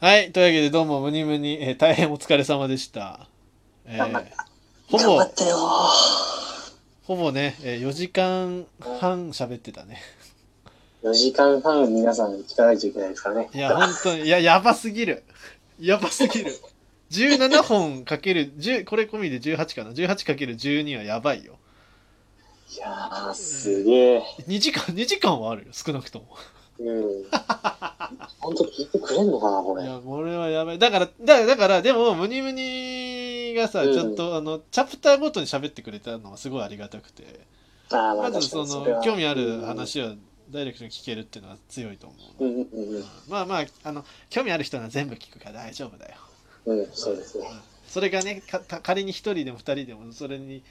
はい、というわけでどうもムニムニ、えー大変お疲れ様でした。えー頑張っほ頑張ぼっ、たよほぼね、え4時間半喋ってたね。 4時間半皆さん聞かないといけないですからね。いや、本当に、い や、やばすぎる。やばすぎる。17本かける、10これ込みで18かな。18かける12はやばいよ。いやー、すげえ。 2時間、2時間はあるよ、少なくとも。うん。本当聞いてくれんのかな、これ。いうんや、これはやばい。だから、だから、だからでも、ムニムニがさ、うんちょっと、あの、チャプターごとに喋ってくれたのはすごいありがたくて。あーままあ、ず確かそにれのは興味ある。話をダイレクトに聞けるっていうのは強いと思う、うんうんうんまあまああの興味ある人は全部聞くから大丈夫だようん。うん、そうですね。それがねかた仮に一人でも二人でもそれに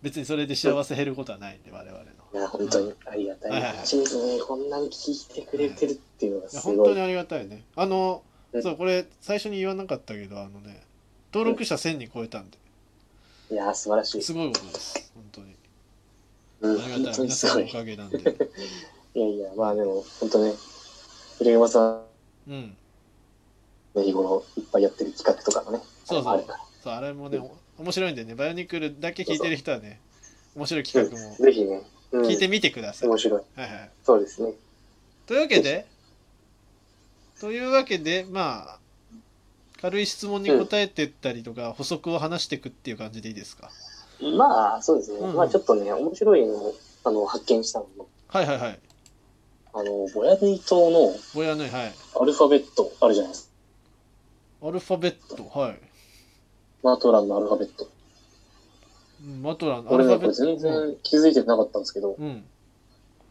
別にそれで幸せ減ることはないんで我々のいや、本当にありがたはいいはいはい話ですね。こんなに聞いてくれてるっていうのがいやす本ご当い。にありがたいねあのうんそうこれ最初に言わなかったけどあのね登録者1000人超えたんでいやー、素晴らしい。すごいことです本当にうん、あり本がたい当に皆すさんごのおい。かげなんでいやいや、まあでも、本当ね、古山さうんんの日頃いっぱいやってる企画とかもね、そうそうあるから。そうあれもねお面白いんでねバイオニクルだけ聞いてる人はね面白い企画もぜひね、うん、聞いてみてください。面白い。はいはい、そうですね。というわけで、というわけで、まあ、軽い質問に答えてったりとか、補足を話していくっていう感じでいいですか。まあ、そうですね。うんうんまあ、ちょっとね、面白いのをあの発見したのも、はいはいはい。あの、ボヤヌイ島のぼやのい、はい。アルファベットあるじゃないですか。アルファベット、はい。マトランのアルファベット。うんマトラン、アル俺フね、ァこベれット。全然気づいてなかったんですけど、うん、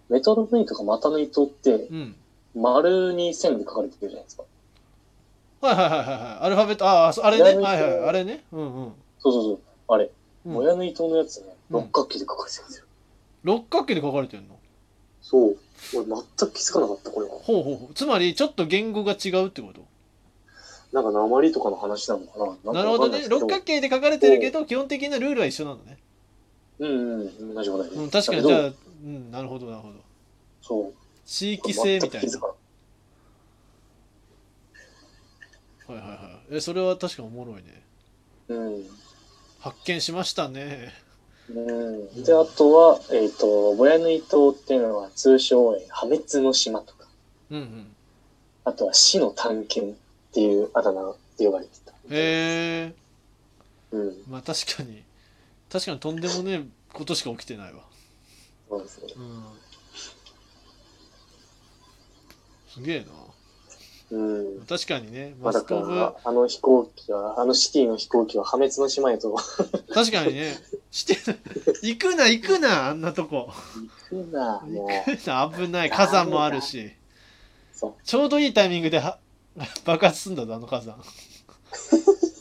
メトロヌイとかマタヌイ島ってう、ん。丸に線で書かれてるじゃないですか。はいはいはいはいはい。アルファベット、ああ、そうあれね。ぼはやいはのいい、とあれね。うんうんそうそうそう。あれ、ボうん。ヤヌイ島のやつね、うん六角形で書かれてるんですよ。六角形で書かれてるの。そう。俺全く気づかなかった、これは。ほうほうほう。つまり、ちょっと言語が違うってこと。なんか鉛とかの話なのかななんるかほわかどんないねで。すけ六角形で書かれてるけど、基本的なルールは一緒なのね。うんうん、同じことだよねうん、確かに、だじけゃどあ、うん、なるほどなるほど。そう。地域性みたい全く気なづ。かなかはっいはいはい。え、それは確かおもろいね。たうん。発見しましたね。うん、で、あとは、えっ、と、ボヤヌイ島っていうのは通称、えー破滅の島とか、うんうん。あとは死の探検っていうあだ名で呼ばれてた。へえ。うん、まあ確かに、確かにとんでもねえことしか起きてないわ。そうですね。うん。すげえうんな。。確かにね、まマあだスかコらブ、、あの飛行機は、あのシティの飛行機は破滅の島へと行確かにね、して、行くな行くな、あんなとこ。くな、行 もう。くな、危ない。火山もあるし。そう。ちょうどいいタイミングでは爆発すんだぞ、あの火山。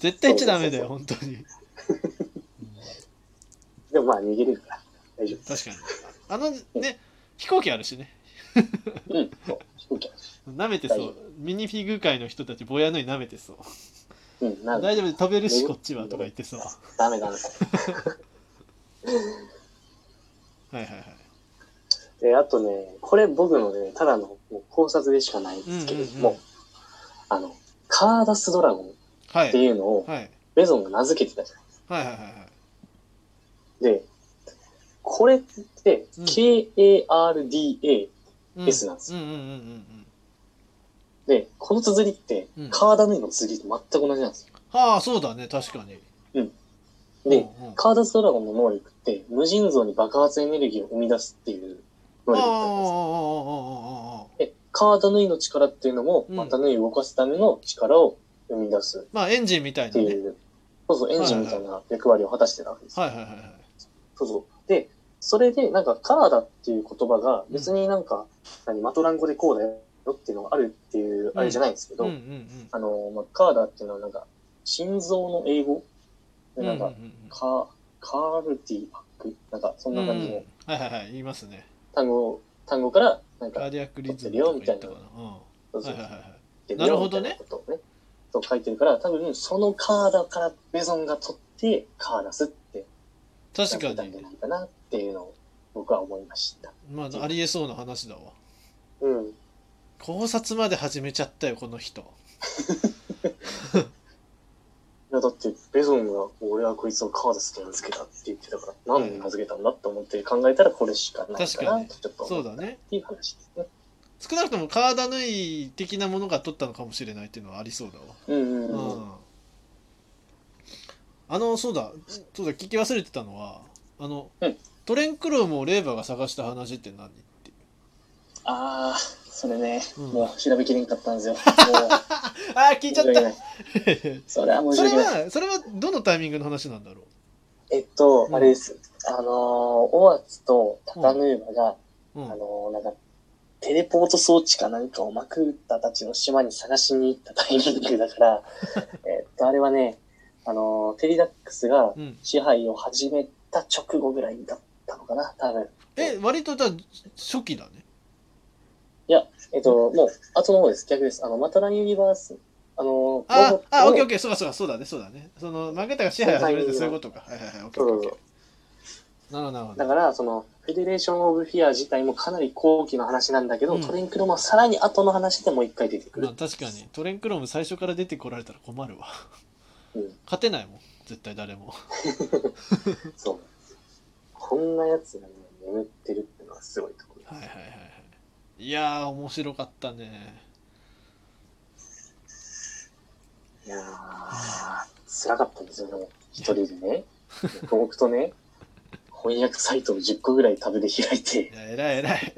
絶対行っちゃダメだよ、本当に。でもまあ逃げれるから、大丈確かに。あのね、飛行機あるしね。夫。うん、そう飛行機は。舐めてそう。ミニフィグ界の人たち、ぼやのに舐めてそう。うん、なん大丈夫、飛べるし、こっちは、とか言ってそう。はダメダメ。いはいはい。で、あとね、これ僕のね、ただのもう考察でしかないんうんうんですけれどうも、ん。あの、カーダスドラゴンっはてい。いうのをはい。ベゾンが名付けてたじゃはいはいはいはい。ないで、これってうん KARDA うん S なんですうよ。んうんうんうん。で、この綴りってうんカーダヌイの綴りと全く同じなんですはあ、そうだね、確かに。よ。で、うんうんカーダスドラゴンの能力って無尽蔵に爆発エネルギーを生み出すっていうあ能あああああああああ力だったんですよ。あで、カーダヌイの力っていうのも、うんまたヌイを動かすための力を生み出すまあ、エンジンみたいっなてね。いう、そうそう、エンジンみたいな役割を果たしてたわけですよ。はいはいはいはい。そうそう。で、それで、なんか、カーダっていう言葉が、別になんか、何、マトラン語でこうだよっていうのがあるっていう、あれじゃないんですけうど、んうんうん。あの、まあ、カーダっていうのはなんか、心臓の英語で、なんうかん、うんカー、カールティアック、なんか、そんうんうなんうん感じうのんはいはいはい、言いますね。単語を、単語から、なんカかー、ディアックリズムとか言ったかな。そううん。そはういはいはいはい。でなるほどねみたいなことをね、そう書いてるから、多分、そのカーダからベゾンが取って、カーダスって、確かたんにじゃ。ないかなっていうのを、僕は思いました。まあ、ありえそうな話だわ。うん。考察まで始めちゃったよ、この人。いや、だって、ベゾンが、俺はこいつをカーダスと名付けたって言ってたから、何に名付けたんだって思って考えたらこれしかない確かかなにってちょっとそ思うっただね。っていう話ですね。少なくともカーダヌイ的なものが取ったのかもしれないっていうのはありそうだわ。うんうんうん。うんあの、そうだ、そうだ、聞き忘れてたのは、あの、うんトレンクロームをレーバーが探した話って何っていう。ああ、それね、うんもう調べきれんかったん ですよ。もああ、聞いうちゃっ申し訳なた。いそれは申し それ訳ない。は、それはどのタイミングの話なんだろえっとう、んあれです。あのー、オアツとタタヌーバが、う。うんあ。のー、なんか、テレポート装置かなんかをマクータたちの島に探しに行ったタイミング だから、えっと、あれはね、あのー、テリダックスがうん、支配を始めた直後ぐらいだったのかな、多分。え、割とじゃあ初期だね。えっと、もう、後の方です。逆です。あの、マタランユニバース、あのー、あロボットあ、オのッケーオッケー、そうかそうか、そうだね、そうだね。その、マグタが支配を始めるってそういうことか。はいはいはい、オッケーオッケーオッケー。なるほど、なるほど。だから、その、フェデレーション・オブ・フィア自体もかなり後期の話なんだけど、うんトレンクロもさらに後の話でもう一回出てくまるあ、。確かに、トレンクローム最初から出てこられたら困るわ。うん勝てないもん、絶対誰も。そう。こんなやつがね、眠ってるってのはすごいところ。はいはいはいはい。いやー、面白かったね。いやー、辛かったんですよ、でも。一人で ね、僕とね、翻訳サイトを10個ぐらいタブで開いてい、や、偉い偉い。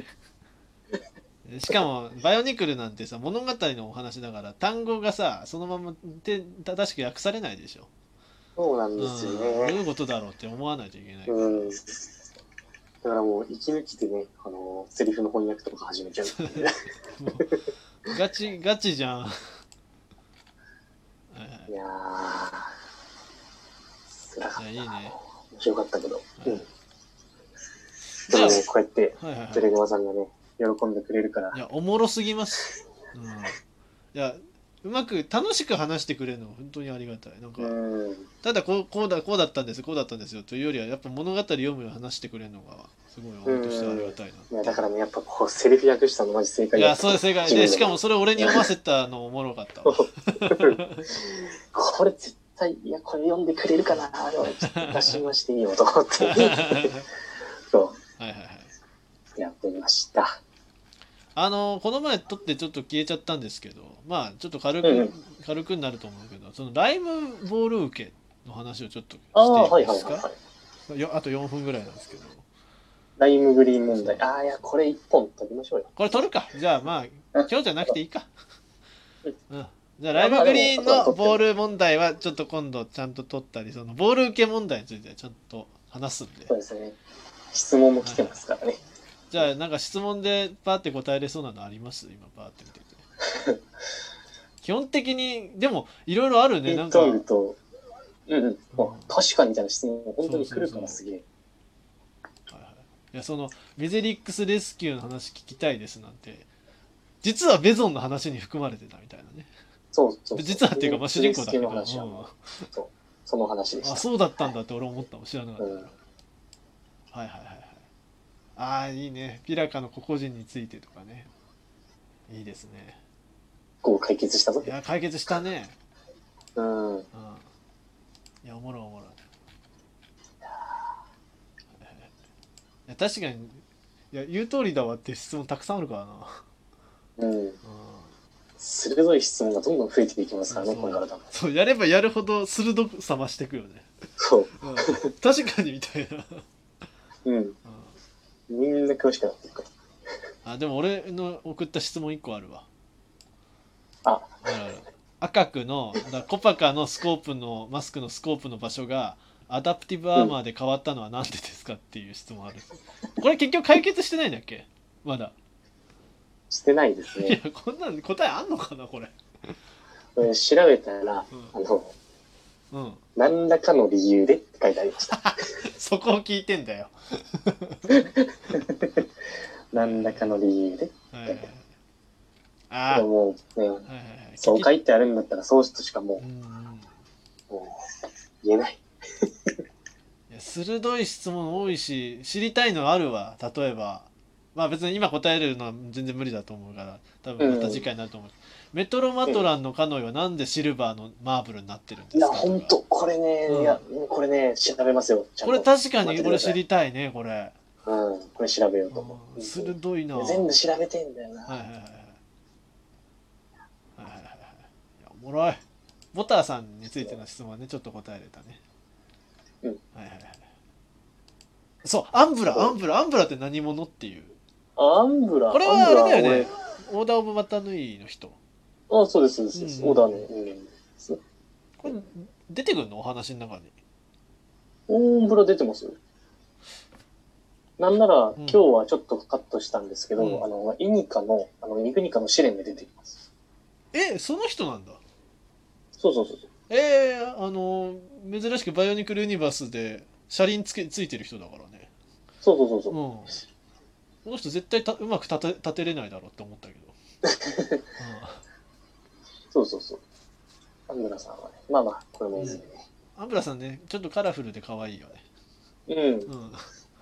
しかも、バイオニクルなんてさ、物語のお話だから、単語がさ、そのままて正しく訳されないでしょ。そうなんうん、でどすよういね。うことだろうって思わないといけない。うん。だからもう、息抜きでね、あのセリフの翻訳とか始めちゃうって いうね。もうガチガチじゃん。はいいやー、辛かっはいいやいいね。た。面白かったけど。はういん。じでゃもあね、こうやって、はいはいテはレグマさんがね、喜んでくれるからい。い。やおもろすぎます。うん、いやうまく楽しく話してくれるの本当にありがたい。なんかうん。ただこうこうだこうだったんですこうだったんですよというよりはやっぱ物語読むように話してくれるのがすごい俺としてはありがたいいや、だからね、やっぱこう、セリフ訳したのマジ正な。解いだやったそうです正解でしか もそれ俺に読ませたのおもろかったわ。これ絶対、いや、これ読んでくれるかなでもちょっと出しましていいよ と思っはいはいて。そはい。う、やってみました。あのこの前撮ってちょっと消えちゃったんですけどまあちょっと軽く、うんうん軽くになると思うけどそのライムボール受けの話をちょっとあしあ、てはいいいではいすはい、はいか。よあと4分ぐらいなんですけどライムグリーン問題。ああ、いや、これ一本取りましょうよ。これ撮るかじゃあまあ今日じゃなくていいか、うん、じゃあライまムあグリーンまあのでもボール問題はちょっと今度ちゃんと撮ったりそのボール受け問題についてはちゃんと話すんでそうですね。質問も来てますからね。じゃあなんか質問でパーって答えれそうなのあります今パーって 見てて基本的にでもいろいろあるねピなんンかトールと、うんうん、あ確かにみたいな質問が本当に来るからすげえ。はいはいいやそのメゼリックスレスキューの話聞きたいですなんて実はベゾンの話に含まれてたみたいなねそうそうそう。実はっていうかまあ主人公だけど、の話はうんもうそうその話でしあた。そうだったんだって俺思ったもん知らなかったから、うんはいはいはいはいああいいねピラカの個々人についてとかねいいですねこう解決したぞい。や解決したねうん。うんいやおもろいおもろいいや確かにいや言う通りだわって質問たくさんあるからなうん。うん鋭い質問がどんどん増えていきますからね、そうこれから多分。そうやればやるほど鋭くさましていくよね、そうん、確かにみたいな、うんう。うん。みんな詳しくなっていくかあでも俺の送った質問1個あるわああるある赤くのだからコパカのスコープのマスクのスコープの場所がアダプティブアーマーで変わったのは何でですかっていう質問あるこれ結局解決してないんだっけまだら。してないですいやね。こんなん答えあんのかなこれこれ調べたら、うあの、うん何らかの理由でって書いてありました。そこを聞いてんだよ何らかの理由で。はいはいはいであーももうはいね、はいはいそう書いてあるんだったら、そうとしかもうんうんう、もう言えない。いや鋭い質問多いし知りたいのあるわ例えばまあ別に今答えるのは全然無理だと思うから多分また次回になると思う、メトロマトランのカノイはなんでシルバーのマーブルになってるんでいすかや、とかほんと、これね、うんいや、これね、調べますよ。ちゃんことれ確か待っにてく俺ださ知いりたいねこれ、うん、これ調べようと思うう。ん鋭いなうん全部調べてんだよな。はいはいはいはいはいはいはいはいいやおもろいボターさんについての質問はねちょっと答えれたねうんはいはいはいそうアンブラそうアンブラアンブラって何者っていうアンブラ、これはアンブラあれだよねオーダー・オブ・マタヌイの人俺あ、そうです、そうですそうです。うんオーダーね。これ出てくるのお話の中にうん。アンブラ出てますよ。なんなら、今日はちょっとカットしたんですけど、うんあの、イニカの、あの、ニクニカの試練で出てきます。えその人なんだそうそうそうそう。えー、あの珍しくバイオニクルユニバースで車輪つけついてる人だからねそうそうそううそんう。この人絶対たうまく立て立てれないだろうって思ったけど、そうそうそう。アンブラさんはね、まあまあ、これもいいね。うん、アンブラさんねちょっとカラフルで可愛いよねうんう。ん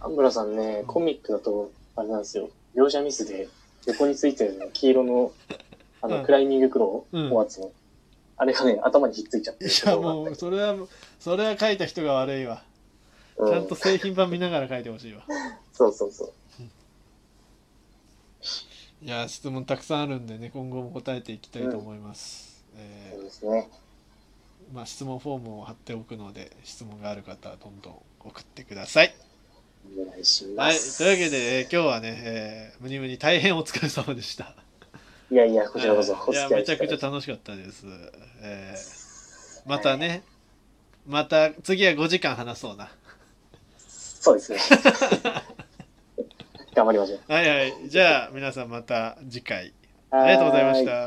アンブラさんね、コミックだと、あれなんですよ。描写ミスで、横についてるね、黄色の、あうの、んクライミング黒うんのやつの、あれがね、頭にひっついちゃってるいやもうそれはそれは書いた人が悪いわうちんゃんと製品版見ながら書いてほしいわそうそうそう。いや質問たくさんあるんでね今後も答えていきたいと思います、えそうですね。ーまあ、質問フォームを貼っておくので質問がある方はどんどん送ってくださいお願いしまはい、す。というわけで、えー今日はね、えー、ムニムニ大変お疲れ様でした。いやいや、こちらこそ、えーいや、めちゃくちゃゃ楽しかったです。えーまたね、また次は5時間話そうな。そうで すね。頑張りましょう。はいはい、じゃあ皆さんまた次回。あありがとうございました。